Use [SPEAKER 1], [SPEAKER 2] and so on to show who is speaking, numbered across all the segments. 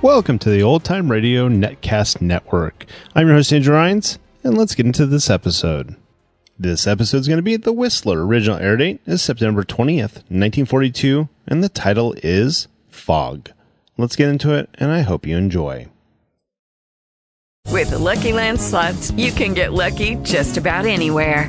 [SPEAKER 1] Welcome to the Old Time Radio Netcast Network. I'm your host, Andrew Rines, and let's get into this episode. This episode is going to be The Whistler. Original air date is September 20th, 1942, and the title is Fog. Let's get into it, and I hope you enjoy.
[SPEAKER 2] With the Lucky Land slots, you can get lucky just about anywhere.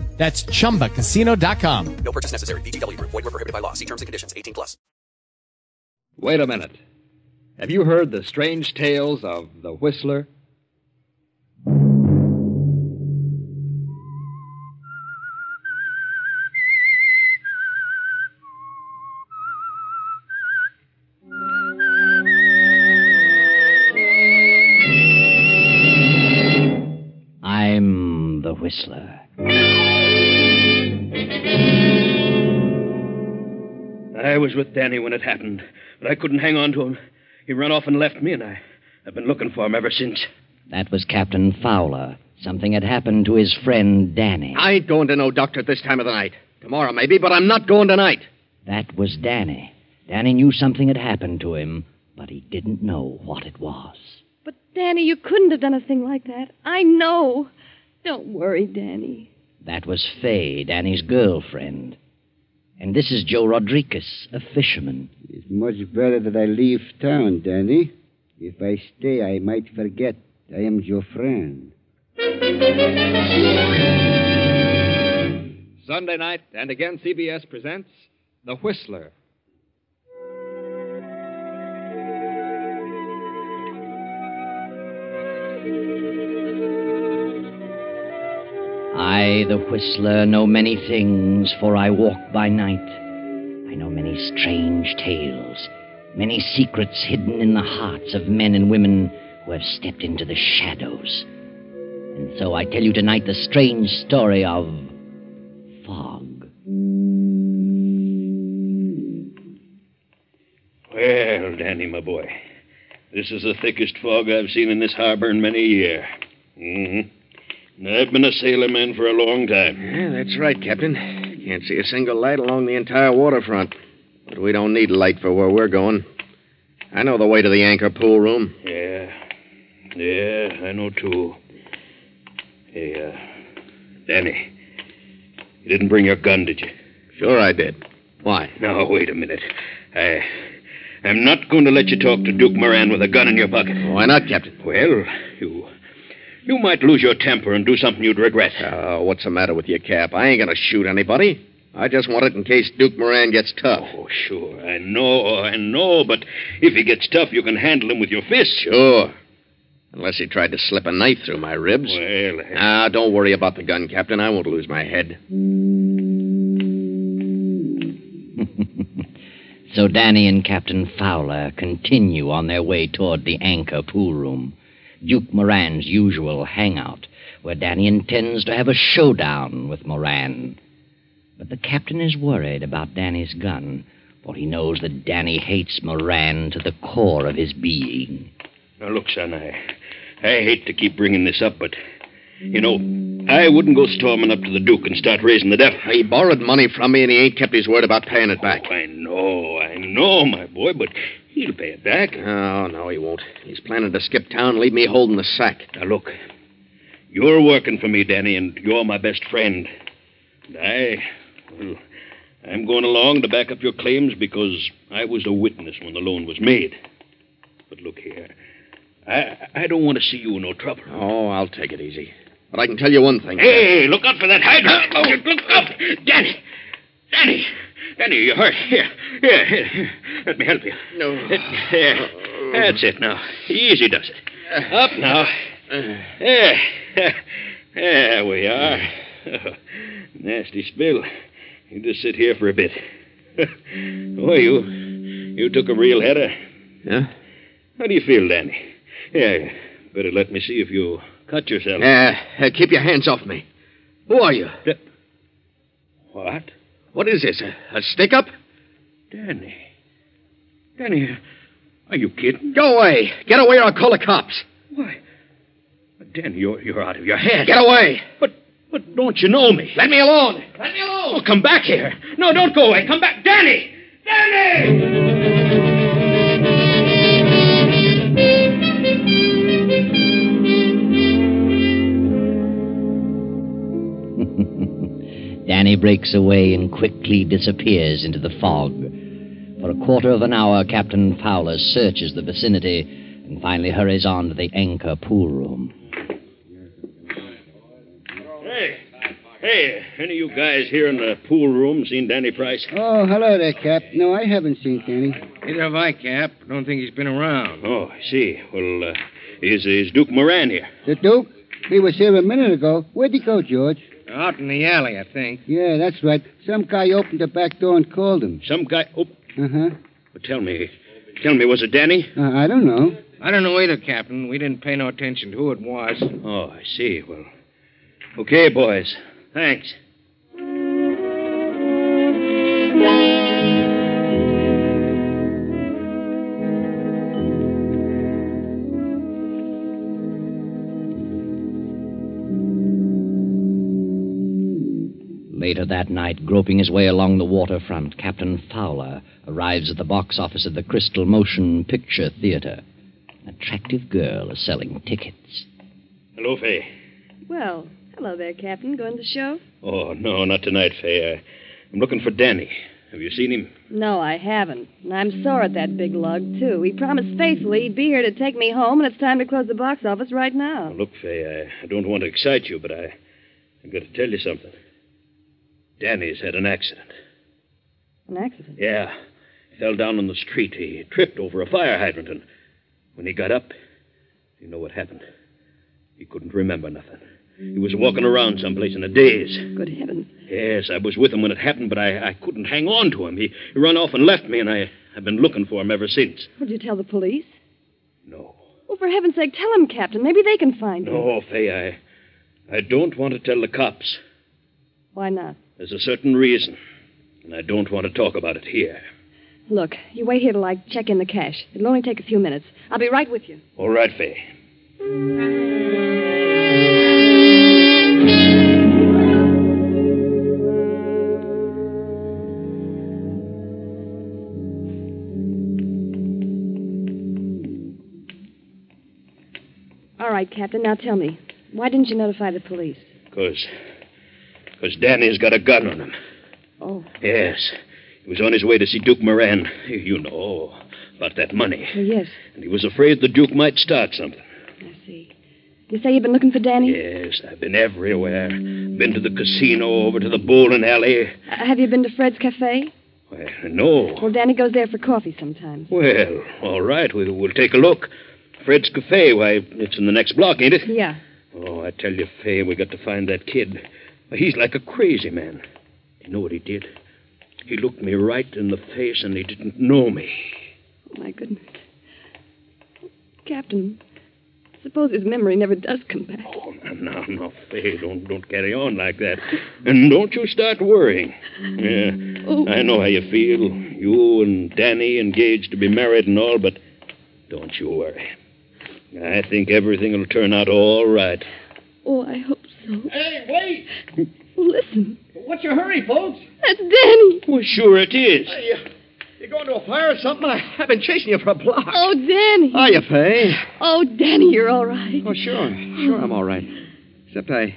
[SPEAKER 3] That's chumbacasino.com.
[SPEAKER 4] No purchase necessary. VGW Group. Void were prohibited by law. See terms and conditions. 18 plus.
[SPEAKER 5] Wait a minute. Have you heard the strange tales of the Whistler?
[SPEAKER 6] I'm the Whistler.
[SPEAKER 7] I was with Danny when it happened, but I couldn't hang on to him. He ran off and left me, and I, I've been looking for him ever since.
[SPEAKER 6] That was Captain Fowler. Something had happened to his friend Danny.
[SPEAKER 5] I ain't going to no doctor at this time of the night. Tomorrow, maybe, but I'm not going tonight.
[SPEAKER 6] That was Danny. Danny knew something had happened to him, but he didn't know what it was.
[SPEAKER 8] But, Danny, you couldn't have done a thing like that. I know. Don't worry, Danny.
[SPEAKER 6] That was Fay, Danny's girlfriend. And this is Joe Rodriguez, a fisherman.
[SPEAKER 9] It's much better that I leave town, Danny. If I stay, I might forget I am your friend.
[SPEAKER 5] Sunday night, and again, CBS presents The Whistler.
[SPEAKER 6] I, the whistler, know many things, for I walk by night. I know many strange tales, many secrets hidden in the hearts of men and women who have stepped into the shadows. And so I tell you tonight the strange story of fog.
[SPEAKER 7] Well, Danny, my boy, this is the thickest fog I've seen in this harbor in many a year. Mm-hmm. I've been a sailorman for a long time.
[SPEAKER 5] Yeah, that's right, Captain. Can't see a single light along the entire waterfront. But we don't need light for where we're going. I know the way to the anchor pool room.
[SPEAKER 7] Yeah. Yeah, I know too. Hey, uh, Danny, you didn't bring your gun, did you?
[SPEAKER 5] Sure I did. Why?
[SPEAKER 7] Now, wait a minute. I. I'm not going to let you talk to Duke Moran with a gun in your pocket.
[SPEAKER 5] Why not, Captain?
[SPEAKER 7] Well, you. You might lose your temper and do something you'd regret.
[SPEAKER 4] Oh, what's the matter with you, Cap? I ain't going to shoot anybody. I just want it in case Duke Moran gets tough.
[SPEAKER 7] Oh, sure. I know, I know, but if he gets tough, you can handle him with your fist.
[SPEAKER 4] Sure. Unless he tried to slip a knife through my ribs.
[SPEAKER 7] Well, I-
[SPEAKER 4] Ah, don't worry about the gun, Captain. I won't lose my head.
[SPEAKER 10] So Danny and Captain Fowler continue on their way toward the anchor pool room, Duke Moran's usual hangout, where Danny intends to have a showdown with Moran. But the captain is worried about Danny's gun, for he knows that Danny hates Moran to the core of his being.
[SPEAKER 7] Now, look, son, I, I hate to keep bringing this up, but, you know, I wouldn't go storming up to the Duke and start raising the debt.
[SPEAKER 4] He borrowed money from me, and he ain't kept his word about paying it back.
[SPEAKER 7] Oh, I know, I know, my boy, but he'll pay it back.
[SPEAKER 4] Oh, no, he won't. He's planning to skip town, leave me holding the sack.
[SPEAKER 7] Now, look, you're working for me, Danny, and you're my best friend. And I, well, I'm going along to back up your claims because I was a witness when the loan was made. But look here, I, I don't want to see you in no trouble.
[SPEAKER 4] Oh, I'll take it easy. But I can tell you one thing.
[SPEAKER 7] Hey, look out for that hydrant. Oh, look up. Danny. Danny. Danny, you're hurt. Here, here, here. Let me help you.
[SPEAKER 4] No.
[SPEAKER 7] There. That's it now. Easy does it. Up now. There. There we are. Nasty spill. You just sit here for a bit. Boy, you you took a real header.
[SPEAKER 4] Yeah?
[SPEAKER 7] How do you feel, Danny? Yeah, better let me see if you cut yourself.
[SPEAKER 4] Uh, uh, keep your hands off me. Who are you?
[SPEAKER 7] What?
[SPEAKER 4] What is this? A, a stick up?
[SPEAKER 7] Danny. Danny, are you kidding?
[SPEAKER 4] Go away. Get away or I'll call the cops.
[SPEAKER 7] Why? Danny, you're, you're out of your head.
[SPEAKER 4] Get away.
[SPEAKER 7] But, but don't you know me?
[SPEAKER 4] Let me alone.
[SPEAKER 7] Let me alone. Oh, come back here. No, don't go away. Come back. Danny! Danny!
[SPEAKER 10] Danny breaks away and quickly disappears into the fog. For a quarter of an hour, Captain Fowler searches the vicinity and finally hurries on to the anchor pool room.
[SPEAKER 7] Hey, hey, any of you guys here in the pool room seen Danny Price?
[SPEAKER 9] Oh, hello there, Cap. No, I haven't seen Danny.
[SPEAKER 4] Neither have I, Cap. Don't think he's been around.
[SPEAKER 7] Oh, I see. Well, uh, is, is Duke Moran here?
[SPEAKER 9] The Duke? He was here a minute ago. Where'd he go, George?
[SPEAKER 4] Out in the alley, I think.
[SPEAKER 9] Yeah, that's right. Some guy opened the back door and called him.
[SPEAKER 7] Some guy. Oh,
[SPEAKER 9] Uh-huh.
[SPEAKER 7] tell me. Tell me, was it Danny?
[SPEAKER 9] Uh, I don't know.
[SPEAKER 4] I don't know either, Captain. We didn't pay no attention to who it was.
[SPEAKER 7] Oh, I see. Well, okay, boys. Thanks.
[SPEAKER 10] Later that night, groping his way along the waterfront, Captain Fowler arrives at the box office of the Crystal Motion Picture Theater. An attractive girl is selling tickets.
[SPEAKER 7] Hello, Faye.
[SPEAKER 2] Well, hello there, Captain. Going to the show?
[SPEAKER 7] Oh, no, not tonight, Faye. I, I'm looking for Danny. Have you seen him?
[SPEAKER 2] No, I haven't. And I'm sore at that big lug, too. He promised faithfully he'd be here to take me home, and it's time to close the box office right now.
[SPEAKER 7] Look, Faye, I, I don't want to excite you, but I, I've got to tell you something. Danny's had an accident.
[SPEAKER 2] An accident.
[SPEAKER 7] Yeah. Fell down on the street. He tripped over a fire hydrant, and when he got up, you know what happened. He couldn't remember nothing. He was walking around someplace in a daze.
[SPEAKER 2] Good heavens.
[SPEAKER 7] Yes, I was with him when it happened, but I, I couldn't hang on to him. He, he run off and left me, and I, I've been looking for him ever since.
[SPEAKER 2] Would you tell the police?
[SPEAKER 7] No.
[SPEAKER 2] Well, for heaven's sake, tell him, Captain. Maybe they can find him.
[SPEAKER 7] No, Fay, Oh, I, I don't want to tell the cops.
[SPEAKER 2] Why not?
[SPEAKER 7] There's a certain reason, and I don't want to talk about it here.
[SPEAKER 2] Look, you wait here till I check in the cash. It'll only take a few minutes. I'll be right with you.
[SPEAKER 7] All right, Fay.
[SPEAKER 2] All right, Captain. Now tell me, why didn't you notify the police?
[SPEAKER 7] Because. Because Danny's got a gun on him.
[SPEAKER 2] Oh,
[SPEAKER 7] Yes. He was on his way to see Duke Moran. You know about that money.
[SPEAKER 2] Oh, yes,
[SPEAKER 7] And he was afraid the Duke might start something.
[SPEAKER 2] I see. You say you've been looking for Danny?
[SPEAKER 7] Yes, I've been everywhere. Been to the casino, over to the bowling alley.
[SPEAKER 2] Uh, have you been to Fred's Cafe?
[SPEAKER 7] Well, no.
[SPEAKER 2] Well, Danny goes there for coffee sometimes.
[SPEAKER 7] Well, all right, we, we'll take a look. Fred's Cafe, why, it's in the next block, ain't it?
[SPEAKER 2] Yeah.
[SPEAKER 7] Oh, I tell you, Fay, we got to find that kid. He's like a crazy man. You know what he did? He looked me right in the face and he didn't know me.
[SPEAKER 2] Oh, my goodness. Captain, suppose his memory never does come back.
[SPEAKER 7] Oh, now, now, Fay, don't, don't carry on like that. And don't you start worrying. Yeah,
[SPEAKER 2] Oh.
[SPEAKER 7] I know how you feel. You and Danny engaged to be married and all, but don't you worry. I think everything will turn out all right.
[SPEAKER 2] Oh, I hope so.
[SPEAKER 11] Hey, wait!
[SPEAKER 2] Listen.
[SPEAKER 11] What's your hurry, folks?
[SPEAKER 2] That's Danny.
[SPEAKER 7] Well, sure it is.
[SPEAKER 11] Hey, you, you going to a fire or something? I, I've been chasing you for a block.
[SPEAKER 2] Oh, Danny.
[SPEAKER 11] Are you,
[SPEAKER 4] Fay?
[SPEAKER 2] Oh, Danny, you're all right.
[SPEAKER 4] Oh, sure. Sure, I'm all right. Except I.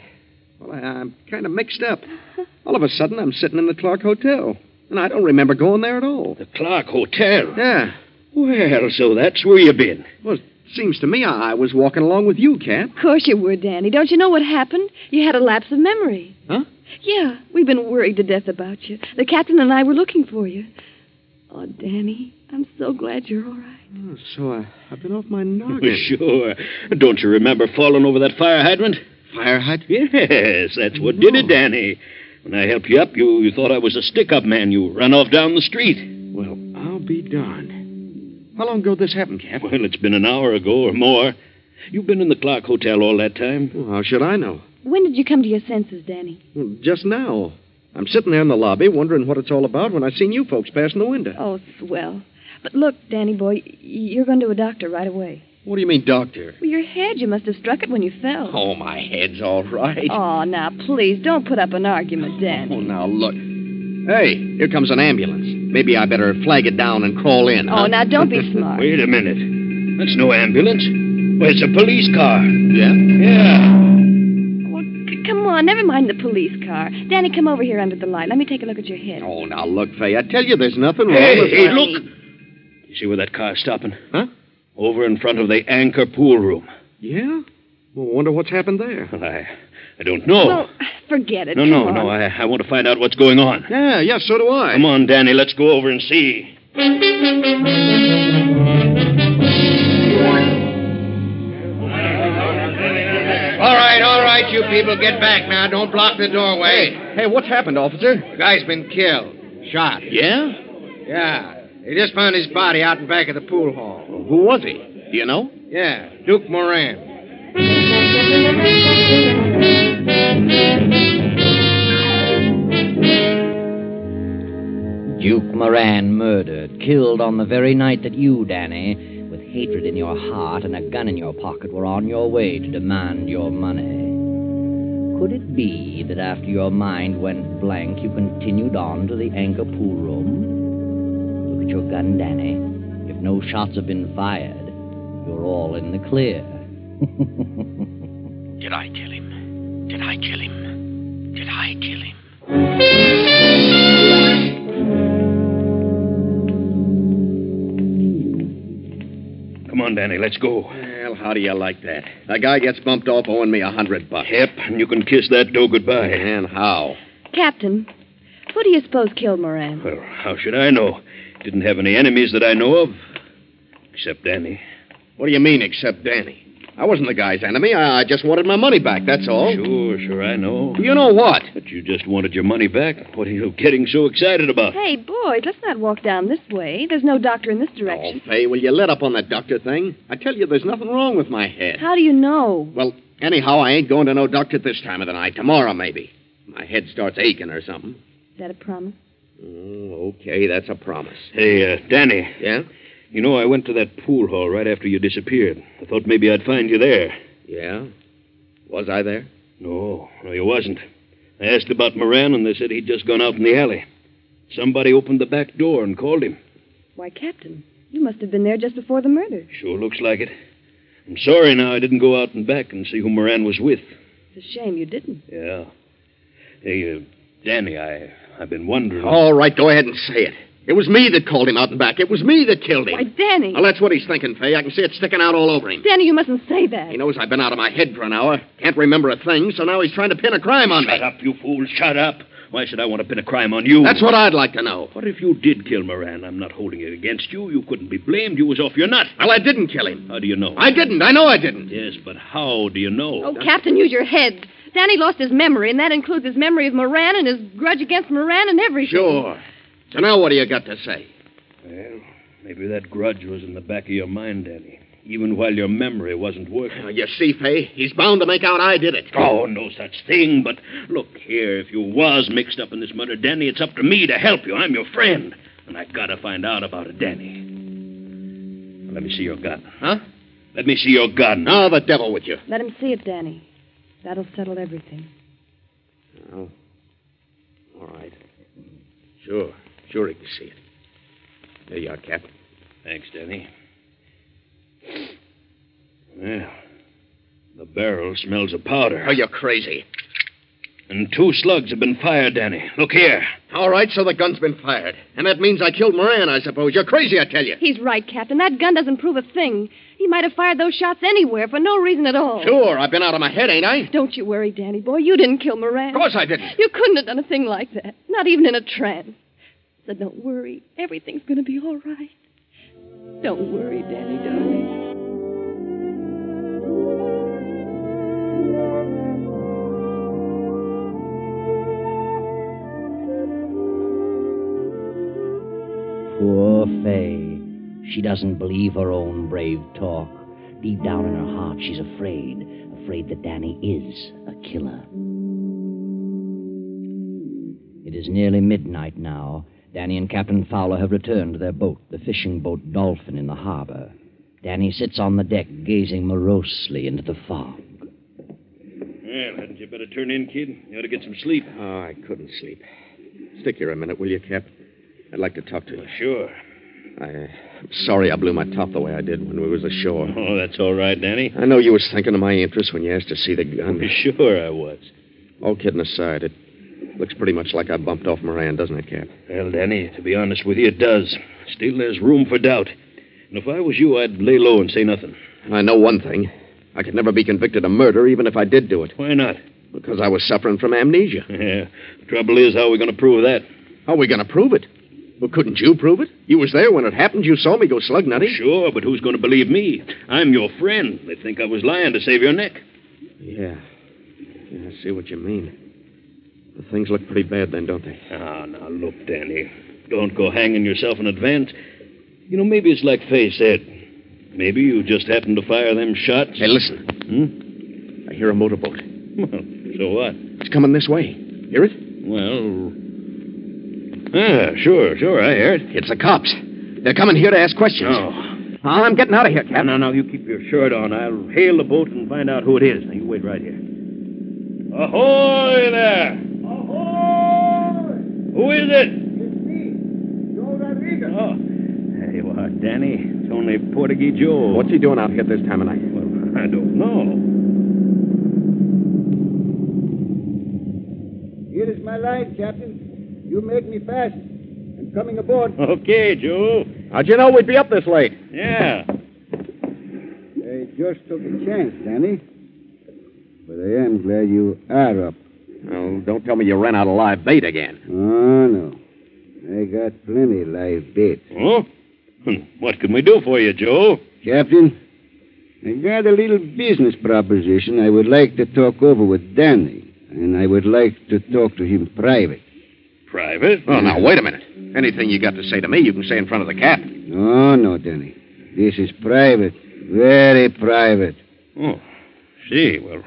[SPEAKER 4] Well, I, I'm kind of mixed up. All of a sudden, I'm sitting in the Clark Hotel. And I don't remember going there at all.
[SPEAKER 7] The Clark Hotel?
[SPEAKER 4] Yeah.
[SPEAKER 7] Well, so that's where you been.
[SPEAKER 4] Well, it seems to me I, I was walking along with you, Cap.
[SPEAKER 2] Of course you were, Danny. Don't you know what happened? You had a lapse of memory.
[SPEAKER 4] Huh?
[SPEAKER 2] Yeah, we've been worried to death about you. The captain and I were looking for you. Oh, Danny, I'm so glad you're all right.
[SPEAKER 4] Oh, so I, I've been off my
[SPEAKER 7] Well,
[SPEAKER 4] noggin.
[SPEAKER 7] Sure. Don't you remember falling over that fire hydrant?
[SPEAKER 4] Fire hydrant?
[SPEAKER 7] Yes, that's what did it, Danny. When I helped you up, you, you thought I was a stick up man. You ran off down the street.
[SPEAKER 4] Well, I'll be darned. How long ago this happened, Cap?
[SPEAKER 7] Well, it's been an hour ago or more. You've been in the Clark Hotel all that time.
[SPEAKER 4] how should I know?
[SPEAKER 2] When did you come to your senses, Danny?
[SPEAKER 4] Well, Just now. I'm sitting there in the lobby wondering what it's all about when I seen you folks passing the window.
[SPEAKER 2] Oh, swell. But look, Danny boy, y- you're going to a doctor right away.
[SPEAKER 4] What do you mean, doctor?
[SPEAKER 2] Well, your head, you must have struck it when you fell.
[SPEAKER 4] Oh, my head's all right.
[SPEAKER 2] Oh, now, please, don't put up an argument, Danny.
[SPEAKER 4] Oh, now look. Hey, here comes an ambulance. Maybe I better flag it down and crawl in.
[SPEAKER 2] Oh, now, don't be smart.
[SPEAKER 7] Wait a minute. That's no ambulance. Well, it's a police car.
[SPEAKER 4] Yeah?
[SPEAKER 7] Yeah.
[SPEAKER 2] C- Come on, never mind the police car. Danny, come over here under the light. Let me take a look at your head.
[SPEAKER 4] Oh, now look, Fay. I tell you, there's nothing wrong
[SPEAKER 7] Hey,
[SPEAKER 4] with
[SPEAKER 7] hey,
[SPEAKER 4] my-
[SPEAKER 7] look. You see where that car's stopping?
[SPEAKER 4] Huh?
[SPEAKER 7] Over in front of the anchor pool room.
[SPEAKER 4] Yeah? Well, wonder what's happened there.
[SPEAKER 7] Well, I, I don't know.
[SPEAKER 2] Well, forget it.
[SPEAKER 7] no,
[SPEAKER 2] Come
[SPEAKER 7] no,
[SPEAKER 2] on.
[SPEAKER 7] no. I, I want to find out what's going on.
[SPEAKER 4] Yeah, yeah, so do I.
[SPEAKER 7] Come on, Danny. Let's go over and see.
[SPEAKER 12] All right, all right, you people, get back now. Don't block the doorway.
[SPEAKER 4] Hey, what's happened, officer?
[SPEAKER 12] The guy's been killed. Shot.
[SPEAKER 4] Yeah?
[SPEAKER 12] Yeah. They just found his body out in back of the pool hall.
[SPEAKER 4] Who was he? Do you know?
[SPEAKER 12] Yeah, Duke Moran.
[SPEAKER 10] Duke Moran murdered, killed on the very night that you, Danny, with hatred in your heart and a gun in your pocket, were on your way to demand your money. Could it be that after your mind went blank, you continued on to the anchor pool room? Look at your gun, Danny. If no shots have been fired, you're all in the clear.
[SPEAKER 13] Did I kill him? Did I kill him? Did I kill him?
[SPEAKER 7] Come on, Danny, let's go.
[SPEAKER 4] Well, how do you like that? A guy gets bumped off owing me a hundred bucks.
[SPEAKER 7] Yep, and you can kiss that dough goodbye.
[SPEAKER 4] And how?
[SPEAKER 2] Captain, who do you suppose killed Moran?
[SPEAKER 7] Well, how should I know? Didn't have any enemies that I know of. Except Danny.
[SPEAKER 4] What do you mean, except Danny? I wasn't the guy's enemy. I, I just wanted my money back, that's all.
[SPEAKER 7] Sure, sure, I know.
[SPEAKER 4] You know what?
[SPEAKER 7] But you just wanted your money back. What are you getting so excited about?
[SPEAKER 2] Hey, boys, let's not walk down this way. There's no doctor in this direction.
[SPEAKER 4] Fay, will you let up on that doctor thing? I tell you, there's nothing wrong with my head.
[SPEAKER 2] How do you know?
[SPEAKER 4] Well, anyhow, I ain't going to no doctor this time of the night. Tomorrow, maybe. My head starts aching or something.
[SPEAKER 2] Is that a promise?
[SPEAKER 4] Oh, okay, that's a promise.
[SPEAKER 7] Hey, uh, Danny.
[SPEAKER 4] Yeah?
[SPEAKER 7] You know, I went to that pool hall right after you disappeared. I thought maybe I'd find you there.
[SPEAKER 4] Yeah? Was I there?
[SPEAKER 7] No, no, you wasn't. I asked about Moran, and they said he'd just gone out in the alley. Somebody opened the back door and called him.
[SPEAKER 2] Why, Captain, you must have been there just before the murder.
[SPEAKER 7] Sure looks like it. I'm sorry now I didn't go out and back and see who Moran was with.
[SPEAKER 2] It's a shame you didn't.
[SPEAKER 7] Yeah. Hey, uh, Danny, I, I've been wondering.
[SPEAKER 4] All right, go ahead and say it.
[SPEAKER 11] It was me that called him out and back. It was me that killed him.
[SPEAKER 2] Why, Danny.
[SPEAKER 11] Well, that's what he's thinking, Fay. I can see it sticking out all over him.
[SPEAKER 2] Danny, you mustn't say that.
[SPEAKER 11] He knows I've been out of my head for an hour. Can't remember a thing, so now he's trying to pin a crime on me.
[SPEAKER 7] Shut up, you fool. Shut up. Why should I want to pin a crime on you?
[SPEAKER 11] That's what I'd like to know.
[SPEAKER 7] What if you did kill Moran? I'm not holding it against you. You couldn't be blamed. You was off your nut.
[SPEAKER 11] Well, I didn't kill him.
[SPEAKER 7] How do you know?
[SPEAKER 11] I didn't. I know I didn't.
[SPEAKER 7] Yes, but how do you know?
[SPEAKER 2] Oh, Captain, use your head. Danny lost his memory, and that includes his memory of Moran and his grudge against Moran and everything.
[SPEAKER 11] Sure. So now what do you got to say?
[SPEAKER 7] Well, maybe that grudge was in the back of your mind, Danny. Even while your memory wasn't working.
[SPEAKER 11] Now, you see, Fay, eh? he's bound to make out I did it.
[SPEAKER 7] Oh, no such thing. But look here, if you was mixed up in this murder, Danny, it's up to me to help you. I'm your friend. And I gotta find out about it, Danny. Now, let me see your gun.
[SPEAKER 11] Huh?
[SPEAKER 7] Let me see your gun.
[SPEAKER 11] Now the devil with you.
[SPEAKER 2] Let him see it, Danny. That'll settle everything.
[SPEAKER 11] Oh. All right. Sure. Sure he can see it. There you are, Captain.
[SPEAKER 7] Thanks, Danny. Well, the barrel smells of powder.
[SPEAKER 11] Oh, you're crazy.
[SPEAKER 7] And two slugs have been fired, Danny. Look here.
[SPEAKER 11] All right, so the gun's been fired. And that means I killed Moran, I suppose. You're crazy, I tell you.
[SPEAKER 2] He's right, Captain. That gun doesn't prove a thing. He might have fired those shots anywhere for no reason at all.
[SPEAKER 11] Sure, I've been out of my head, ain't I?
[SPEAKER 2] Don't you worry, Danny boy. You didn't kill Moran.
[SPEAKER 11] Of course I didn't.
[SPEAKER 2] You couldn't have done a thing like that. Not even in a trance. So don't worry. Everything's going to be all right. Don't worry, Danny, darling.
[SPEAKER 10] Poor Fay. She doesn't believe her own brave talk. Deep down in her heart, she's afraid. Afraid that Danny is a killer. It is nearly midnight now. Danny and Captain Fowler have returned to their boat, the fishing boat Dolphin, in the harbor. Danny sits on the deck, gazing morosely into the fog.
[SPEAKER 7] Well, hadn't you better turn in, kid? You ought to get some sleep.
[SPEAKER 11] Oh, I couldn't sleep. Stick here a minute, will you, Cap? I'd like to talk to you.
[SPEAKER 7] Sure.
[SPEAKER 11] I, am sorry I blew my top the way I did when we was ashore.
[SPEAKER 7] Oh, that's all right, Danny.
[SPEAKER 11] I know you was thinking of my interest when you asked to see the gun.
[SPEAKER 7] Sure I was.
[SPEAKER 11] All kidding aside, it looks pretty much like I bumped off Moran, doesn't it, Cap?
[SPEAKER 7] Well, Danny, to be honest with you, it does. Still, there's room for doubt. And if I was you, I'd lay low and say nothing.
[SPEAKER 11] I know one thing. I could never be convicted of murder, even if I did do it.
[SPEAKER 7] Why not?
[SPEAKER 11] Because I was suffering from amnesia.
[SPEAKER 7] Yeah. The trouble is, how are we going to prove that?
[SPEAKER 11] How are we going to prove it? Well, couldn't you prove it? You was there when it happened. You saw me go slug nutty.
[SPEAKER 7] Sure, but who's going to believe me? I'm your friend. They think I was lying to save your neck.
[SPEAKER 11] Yeah. yeah. I see what you mean. The things look pretty bad then, don't they?
[SPEAKER 7] Ah, now look, Danny. Don't go hanging yourself in advance. You know, maybe it's like Fay said. Maybe you just happened to fire them shots.
[SPEAKER 11] Hey, listen.
[SPEAKER 7] Hmm?
[SPEAKER 11] I hear a motorboat.
[SPEAKER 7] Well, so what?
[SPEAKER 11] It's coming this way. Hear it?
[SPEAKER 7] Well, Ah, sure, sure, I hear it.
[SPEAKER 11] It's the cops. They're coming here to ask questions.
[SPEAKER 7] No.
[SPEAKER 11] Oh, I'm getting out of here, Captain.
[SPEAKER 7] No, no, no, you keep your shirt on. I'll hail the boat and find out who it is. Now, you wait right here. Ahoy there!
[SPEAKER 6] Ahoy!
[SPEAKER 7] Who is it?
[SPEAKER 6] It's me, Joe Rodriguez.
[SPEAKER 7] Oh, there you are, Danny. It's only Portuguese Joe.
[SPEAKER 11] What's he doing out here at this time of night?
[SPEAKER 7] Well, I don't know.
[SPEAKER 6] Here is my line, Captain. You make me fast. I'm coming aboard.
[SPEAKER 7] Okay, Joe.
[SPEAKER 11] How'd you know we'd be up this late?
[SPEAKER 7] Yeah.
[SPEAKER 6] I just took a chance, Danny. But I am glad you are up.
[SPEAKER 11] Oh, don't tell me you ran out of live bait again.
[SPEAKER 6] Oh, no. I got plenty of live bait.
[SPEAKER 7] Oh? What can we do for you, Joe?
[SPEAKER 6] Captain, I got a little business proposition I would like to talk over with Danny, and I would like to talk to him private
[SPEAKER 7] private.
[SPEAKER 11] Oh, now, wait a minute. Anything you got to say to me, you can say in front of the captain.
[SPEAKER 6] No, Oh, no, Danny. This is private. Very private.
[SPEAKER 7] Oh, see. Well,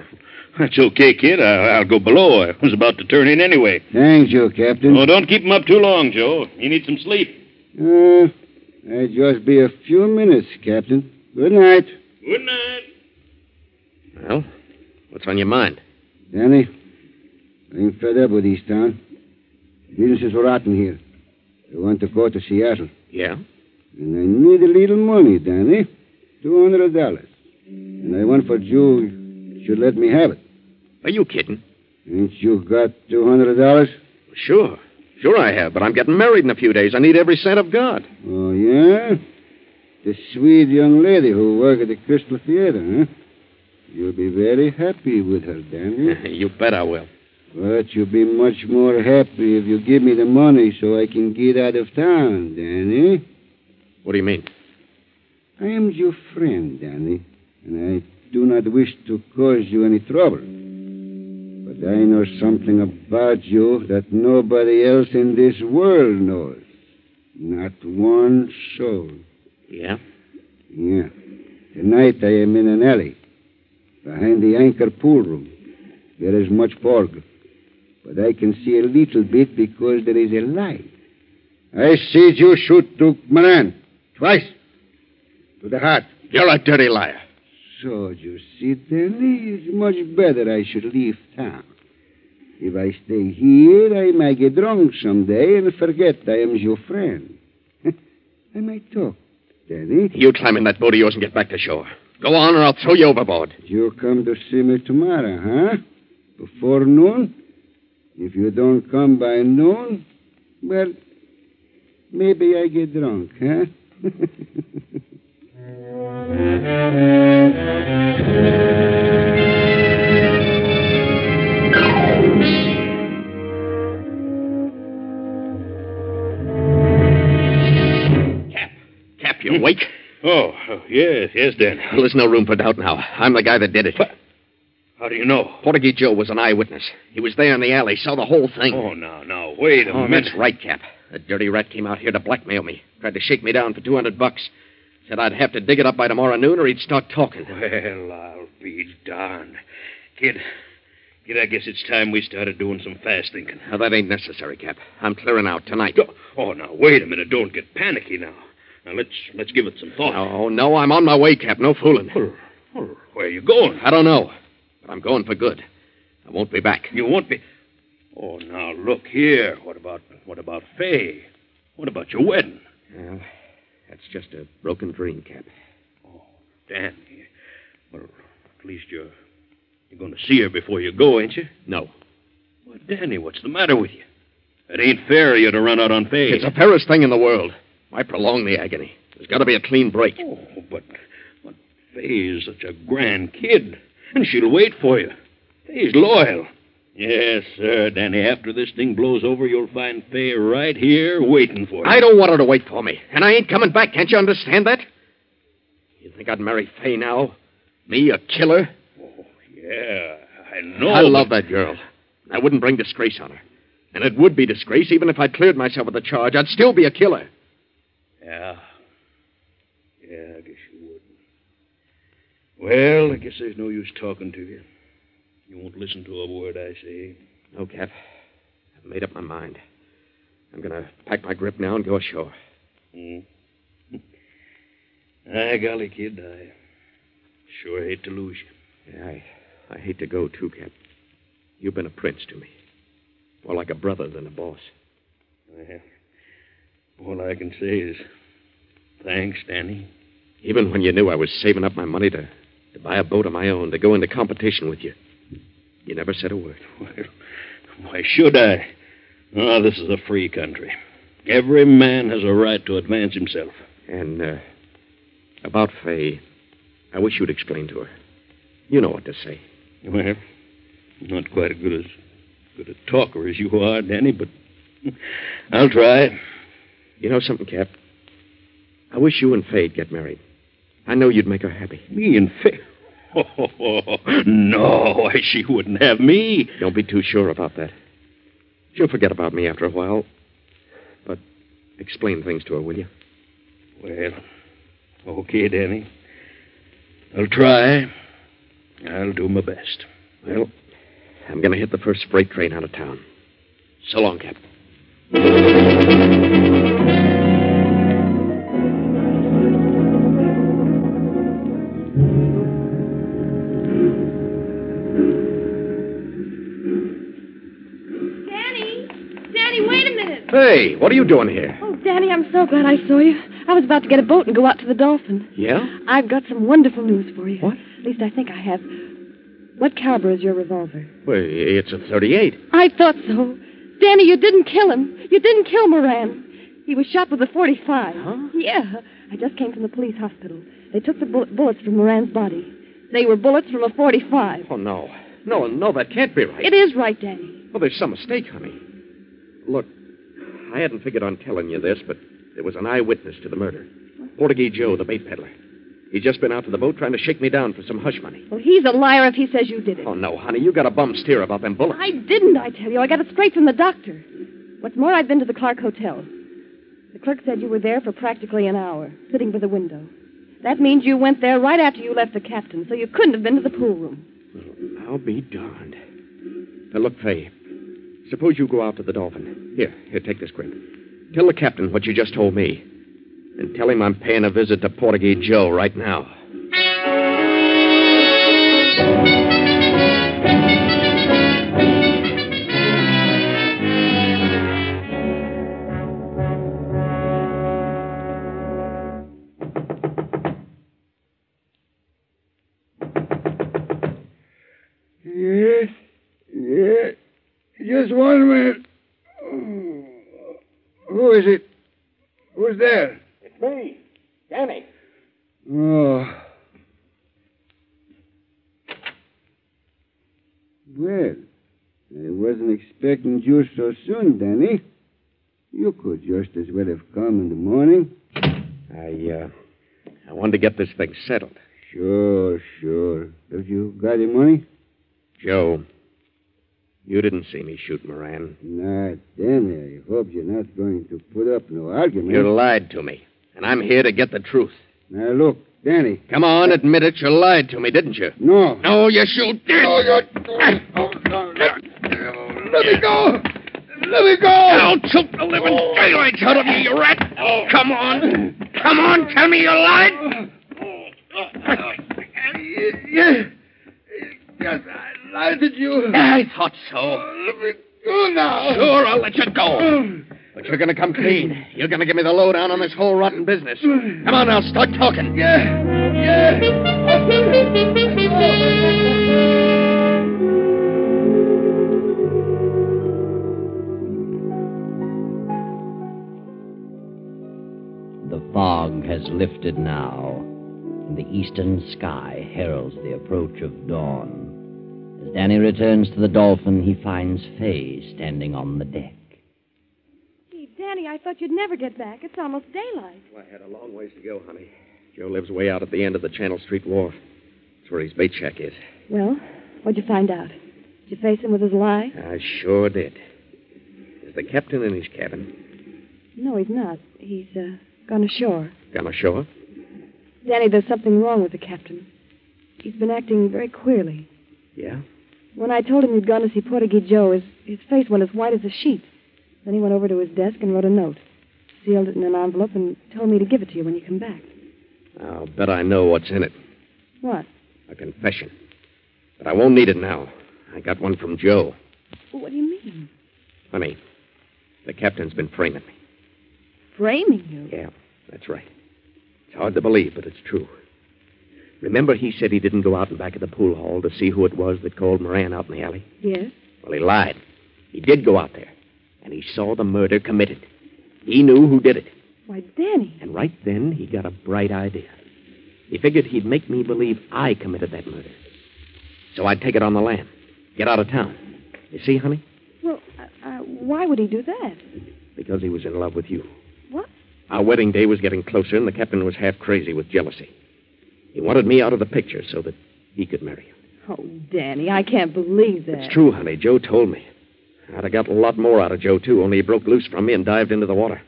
[SPEAKER 7] that's okay, kid. I, will go below. I was about to turn in anyway.
[SPEAKER 6] Thanks, Joe, Captain.
[SPEAKER 7] Oh, don't keep him up too long, Joe. You need some sleep.
[SPEAKER 6] Uh, I'll just be a few minutes, Captain. Good night.
[SPEAKER 7] Good night.
[SPEAKER 11] Well, what's on your mind?
[SPEAKER 6] Danny, I'm fed up with this town. Business is rotten here. I want to go to Seattle.
[SPEAKER 11] Yeah?
[SPEAKER 6] And I need a little money, Danny. Two hundred dollars. And I want for you should let me have it.
[SPEAKER 11] Are you kidding?
[SPEAKER 6] Ain't you got two hundred dollars?
[SPEAKER 11] Sure.
[SPEAKER 4] Sure I have, but I'm getting married in a few days. I need every cent I've got.
[SPEAKER 6] Oh, yeah? The sweet young lady who worked at the Crystal Theater, huh? You'll be very happy with her, Daniel.
[SPEAKER 4] you bet I will.
[SPEAKER 6] But you'll be much more happy if you give me the money so I can get out of town, Danny.
[SPEAKER 4] What do you mean?
[SPEAKER 6] I am your friend, Danny, and I do not wish to cause you any trouble. But I know something about you that nobody else in this world knows. Not one soul.
[SPEAKER 4] Yeah?
[SPEAKER 6] Yeah. Tonight I am in an alley, behind the anchor pool room. There is much fog but I can see a little bit because there is a light.
[SPEAKER 9] I see you shoot Duke Maran twice to the heart.
[SPEAKER 4] You're a dirty liar.
[SPEAKER 6] So you see, Danny, it's much better I should leave town. If I stay here, I may get drunk someday and forget I am your friend. I might talk, Danny.
[SPEAKER 4] You climb in that boat of yours and get back to shore. Go on, or I'll throw you overboard.
[SPEAKER 6] You come to see me tomorrow, huh? Before noon? If you don't come by noon, well, maybe I get drunk, huh?
[SPEAKER 4] Cap, Cap, you awake?
[SPEAKER 7] Oh, oh, yes, yes, Dan.
[SPEAKER 4] Well, There's no room for doubt now. I'm the guy that did it.
[SPEAKER 7] How do you know?
[SPEAKER 4] Portuguese Joe was an eyewitness. He was there in the alley, saw the whole thing.
[SPEAKER 7] Oh, no, no. Wait a
[SPEAKER 4] oh,
[SPEAKER 7] minute.
[SPEAKER 4] that's right, Cap. That dirty rat came out here to blackmail me. Tried to shake me down for 200 bucks. Said I'd have to dig it up by tomorrow noon or he'd start talking.
[SPEAKER 7] Well, I'll be darned. Kid, kid, I guess it's time we started doing some fast thinking.
[SPEAKER 4] Now, that ain't necessary, Cap. I'm clearing out tonight.
[SPEAKER 7] Oh, oh, now, wait a minute. Don't get panicky now. Now, let's, let's give it some thought.
[SPEAKER 4] Oh, no, I'm on my way, Cap. No fooling.
[SPEAKER 7] Oh, oh, where are you going?
[SPEAKER 4] I don't know. But I'm going for good. I won't be back.
[SPEAKER 7] You won't be. Oh, now look here. What about what about Fay? What about your wedding?
[SPEAKER 4] Well, that's just a broken dream, Cap.
[SPEAKER 7] Oh, Dan. Well, at least you're you're going to see her before you go, ain't you?
[SPEAKER 4] No.
[SPEAKER 7] Well, Danny, what's the matter with you? It ain't fair of you to run out on Fay.
[SPEAKER 4] It's the fairest thing in the world. Why prolong the agony? There's got to be a clean break.
[SPEAKER 7] Oh, but but Fay's such a grand kid. And she'll wait for you. He's loyal. Yes, sir, Danny. After this thing blows over, you'll find Fay right here waiting for you.
[SPEAKER 4] I don't want her to wait for me. And I ain't coming back. Can't you understand that? You think I'd marry Fay now? Me, a killer?
[SPEAKER 7] Oh, yeah. I know.
[SPEAKER 4] I love
[SPEAKER 7] but...
[SPEAKER 4] that girl. I wouldn't bring disgrace on her. And it would be disgrace even if I cleared myself of the charge. I'd still be a killer.
[SPEAKER 7] Yeah. Yeah, I guess you would. Well, I guess there's no use talking to you. You won't listen to a word I say.
[SPEAKER 4] No, Cap. I've made up my mind. I'm going to pack my grip now and go ashore.
[SPEAKER 7] Mm. Aye, golly, kid, I sure hate to lose you.
[SPEAKER 4] Yeah, I, I hate to go, too, Cap. You've been a prince to me. More like a brother than a boss.
[SPEAKER 7] Well, all I can say is thanks, Danny.
[SPEAKER 4] Even when you knew I was saving up my money to to buy a boat of my own, to go into competition with you. You never said a word.
[SPEAKER 7] Well, why should I? Oh, this is a free country. Every man has a right to advance himself.
[SPEAKER 4] And uh, about Fay, I wish you'd explain to her. You know what to say.
[SPEAKER 7] Well, not quite as good as good a talker as you are, Danny, but I'll try.
[SPEAKER 4] You know something, Cap? I wish you and Fay'd get married. I know you'd make her happy.
[SPEAKER 7] Me and Fay? Oh, oh, oh, no, why, she wouldn't have me.
[SPEAKER 4] Don't be too sure about that. She'll forget about me after a while. But explain things to her, will you?
[SPEAKER 7] Well, okay, Danny. I'll try. I'll do my best.
[SPEAKER 4] Well, I'm going to hit the first freight train out of town. So long, Cap. Hey, what are you doing here?
[SPEAKER 2] Oh, Danny, I'm so glad I saw you. I was about to get a boat and go out to the dolphin.
[SPEAKER 4] Yeah?
[SPEAKER 2] I've got some wonderful news for you.
[SPEAKER 4] What?
[SPEAKER 2] At least I think I have. What caliber is your revolver?
[SPEAKER 4] Well, it's a 38.
[SPEAKER 2] I thought so. Danny, you didn't kill him. You didn't kill Moran. He was shot with a 45. Huh? Yeah. I just came from the police hospital. They took the bull- bullets from Moran's body. They were bullets from a 45.
[SPEAKER 7] Oh, no. No, no, that can't be right.
[SPEAKER 2] It is right, Danny.
[SPEAKER 7] Well, there's some mistake, honey. Look, I hadn't figured on telling you this, but there was an eyewitness to the murder. Portuguese Joe, the bait peddler. He's just been out to the boat trying to shake me down for some hush money.
[SPEAKER 2] Well, he's a liar if he says you did it.
[SPEAKER 7] Oh, no, honey, you got a bum steer about them bullets.
[SPEAKER 2] I didn't, I tell you. I got it straight from the doctor. What's more, I've been to the Clark Hotel. The clerk said you were there for practically an hour, sitting by the window. That means you went there right after you left the captain, so you couldn't have been to the pool room.
[SPEAKER 7] I'll be darned. Now, look, Fay. Suppose you go out to the Dolphin. Here, here, take this grip. Tell the captain what you just told me. And tell him I'm paying a visit to Portuguese Joe right now.
[SPEAKER 6] Yes, yes. Just one minute. Who is it? Who's there?
[SPEAKER 14] It's me, Danny.
[SPEAKER 6] Oh. Well, I wasn't expecting you so soon, Danny. You could just as well have come in the morning.
[SPEAKER 7] I, uh, I wanted to get this thing settled.
[SPEAKER 6] Sure, sure. Have you got any money?
[SPEAKER 7] Joe, you didn't see me shoot Moran.
[SPEAKER 6] Nah, Danny, I hope you're not going to put up no argument.
[SPEAKER 7] You lied to me, and I'm here to get the truth.
[SPEAKER 6] Now, look, Danny.
[SPEAKER 7] Come on, admit it. You lied to me, didn't you?
[SPEAKER 6] No.
[SPEAKER 7] No, you shoot.
[SPEAKER 6] No, you... Oh, no, let, let me go. Let me go. Oh.
[SPEAKER 14] I'll choke the living daylights out of you, you rat. Come on. Come on, tell me you lied.
[SPEAKER 6] Oh. Yes, yes, I lied to you. Oh,
[SPEAKER 14] I thought so.
[SPEAKER 6] Let me go now. Oh.
[SPEAKER 14] Sure, I'll let you go.
[SPEAKER 7] But you're going to come clean. You're going to give me the lowdown on this whole rotten business. Come on now, start talking.
[SPEAKER 6] Yeah, yeah.
[SPEAKER 15] The fog has lifted now, and the eastern sky heralds the approach of dawn. As Danny returns to the dolphin, he finds Fay standing on the deck.
[SPEAKER 2] Gee, Danny, I thought you'd never get back. It's almost daylight.
[SPEAKER 7] Well, I had a long ways to go, honey. Joe lives way out at the end of the Channel Street Wharf. That's where his bait shack is.
[SPEAKER 2] Well, what'd you find out? Did you face him with his lie?
[SPEAKER 7] I sure did. Is the captain in his cabin?
[SPEAKER 2] No, he's not. He's uh, gone ashore.
[SPEAKER 7] Gone ashore?
[SPEAKER 2] Danny, there's something wrong with the captain. He's been acting very queerly.
[SPEAKER 7] Yeah?
[SPEAKER 2] When I told him you'd gone to see Portuguese Joe, his, his face went as white as a sheet. Then he went over to his desk and wrote a note, sealed it in an envelope, and told me to give it to you when you come back.
[SPEAKER 7] I'll bet I know what's in it.
[SPEAKER 2] What?
[SPEAKER 7] A confession. But I won't need it now. I got one from Joe.
[SPEAKER 2] What do you mean?
[SPEAKER 7] Honey, the captain's been framing me.
[SPEAKER 2] Framing you?
[SPEAKER 7] Yeah, that's right. It's hard to believe, but it's true. Remember, he said he didn't go out and back of the pool hall to see who it was that called Moran out in the alley?
[SPEAKER 2] Yes.
[SPEAKER 7] Well, he lied. He did go out there, and he saw the murder committed. He knew who did it.
[SPEAKER 2] Why, Danny.
[SPEAKER 7] And right then, he got a bright idea. He figured he'd make me believe I committed that murder. So I'd take it on the lam, get out of town. You see, honey?
[SPEAKER 2] Well, uh, uh, why would he do that?
[SPEAKER 7] Because he was in love with you.
[SPEAKER 2] What?
[SPEAKER 7] Our wedding day was getting closer, and the captain was half crazy with jealousy. He wanted me out of the picture so that he could marry you.
[SPEAKER 2] Oh, Danny, I can't believe that.
[SPEAKER 7] It's true, honey. Joe told me. I'd have got a lot more out of Joe, too, only he broke loose from me and dived into the water.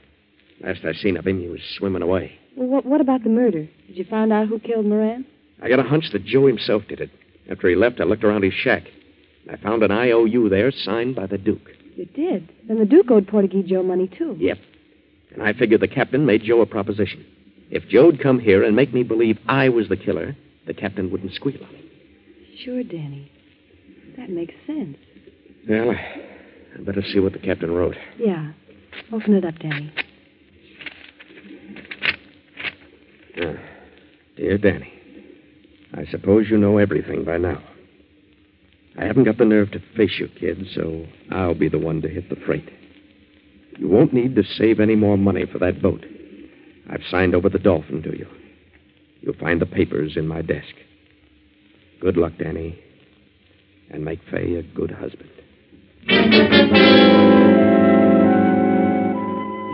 [SPEAKER 7] Last I seen of him, he was swimming away.
[SPEAKER 2] Well, what, what about the murder? Did you find out who killed Moran?
[SPEAKER 7] I got a hunch that Joe himself did it. After he left, I looked around his shack. I found an IOU there signed by the Duke.
[SPEAKER 2] You did. Then the Duke owed Portuguese Joe money, too.
[SPEAKER 7] Yep. And I figured the captain made Joe a proposition. If Joe'd come here and make me believe I was the killer, the captain wouldn't squeal on him.
[SPEAKER 2] Sure, Danny. That makes sense.
[SPEAKER 7] Well, I better see what the captain wrote.
[SPEAKER 2] Yeah. Open it up, Danny.
[SPEAKER 7] Uh, dear Danny, I suppose you know everything by now.
[SPEAKER 16] I haven't got the nerve to face you, kid, so I'll be the one to hit the freight. You won't need to save any more money for that boat. I've signed over the Dolphin to you. You'll find the papers in my desk. Good luck, Danny, and make Fay a good husband.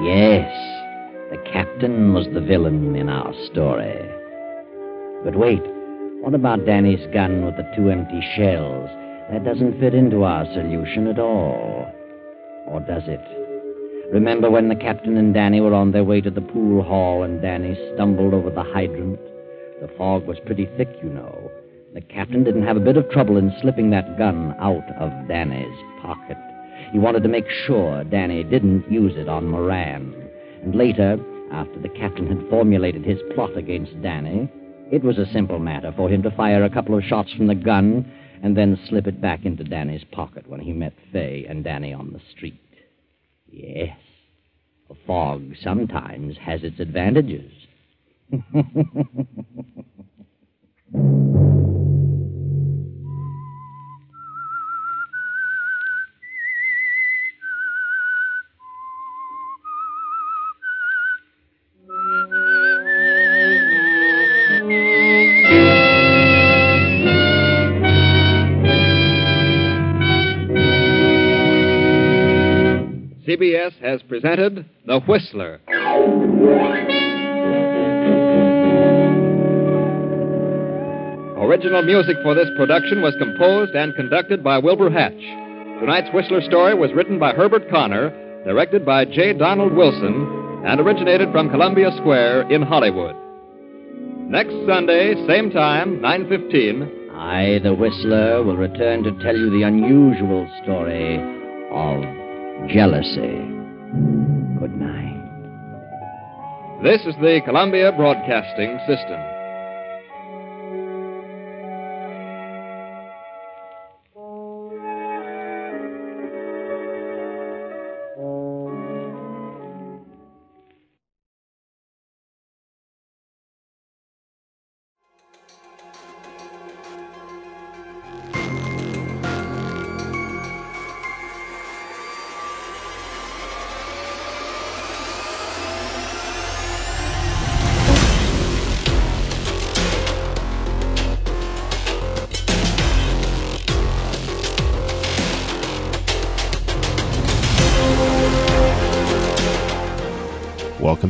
[SPEAKER 7] Yes, the captain was the villain in our story. But wait, what about Danny's gun with the two empty shells? That doesn't fit into our solution at all. Or does it? Remember when the captain and Danny were on their way to the pool hall and Danny stumbled over the hydrant? The fog was pretty thick, you know. The captain didn't have a bit of trouble in slipping that gun out of Danny's pocket. He wanted to make sure Danny didn't use it on Moran. And later, after the captain had formulated his plot against Danny, it was a simple matter for him to fire a couple of shots from the gun and then slip it back into Danny's pocket when he met Fay and Danny on the street. Yes, a fog sometimes has its advantages.
[SPEAKER 17] CBS has presented The Whistler. Original music for this production was composed and conducted by Wilbur Hatch. Tonight's Whistler story was written by Herbert Connor, directed by J. Donald Wilson, and originated from Columbia Square in Hollywood. Next Sunday, same time, 9:15,
[SPEAKER 7] I, the Whistler, will return to tell you the unusual story of jealousy. Good night.
[SPEAKER 17] this is the Columbia Broadcasting System.
[SPEAKER 1] Welcome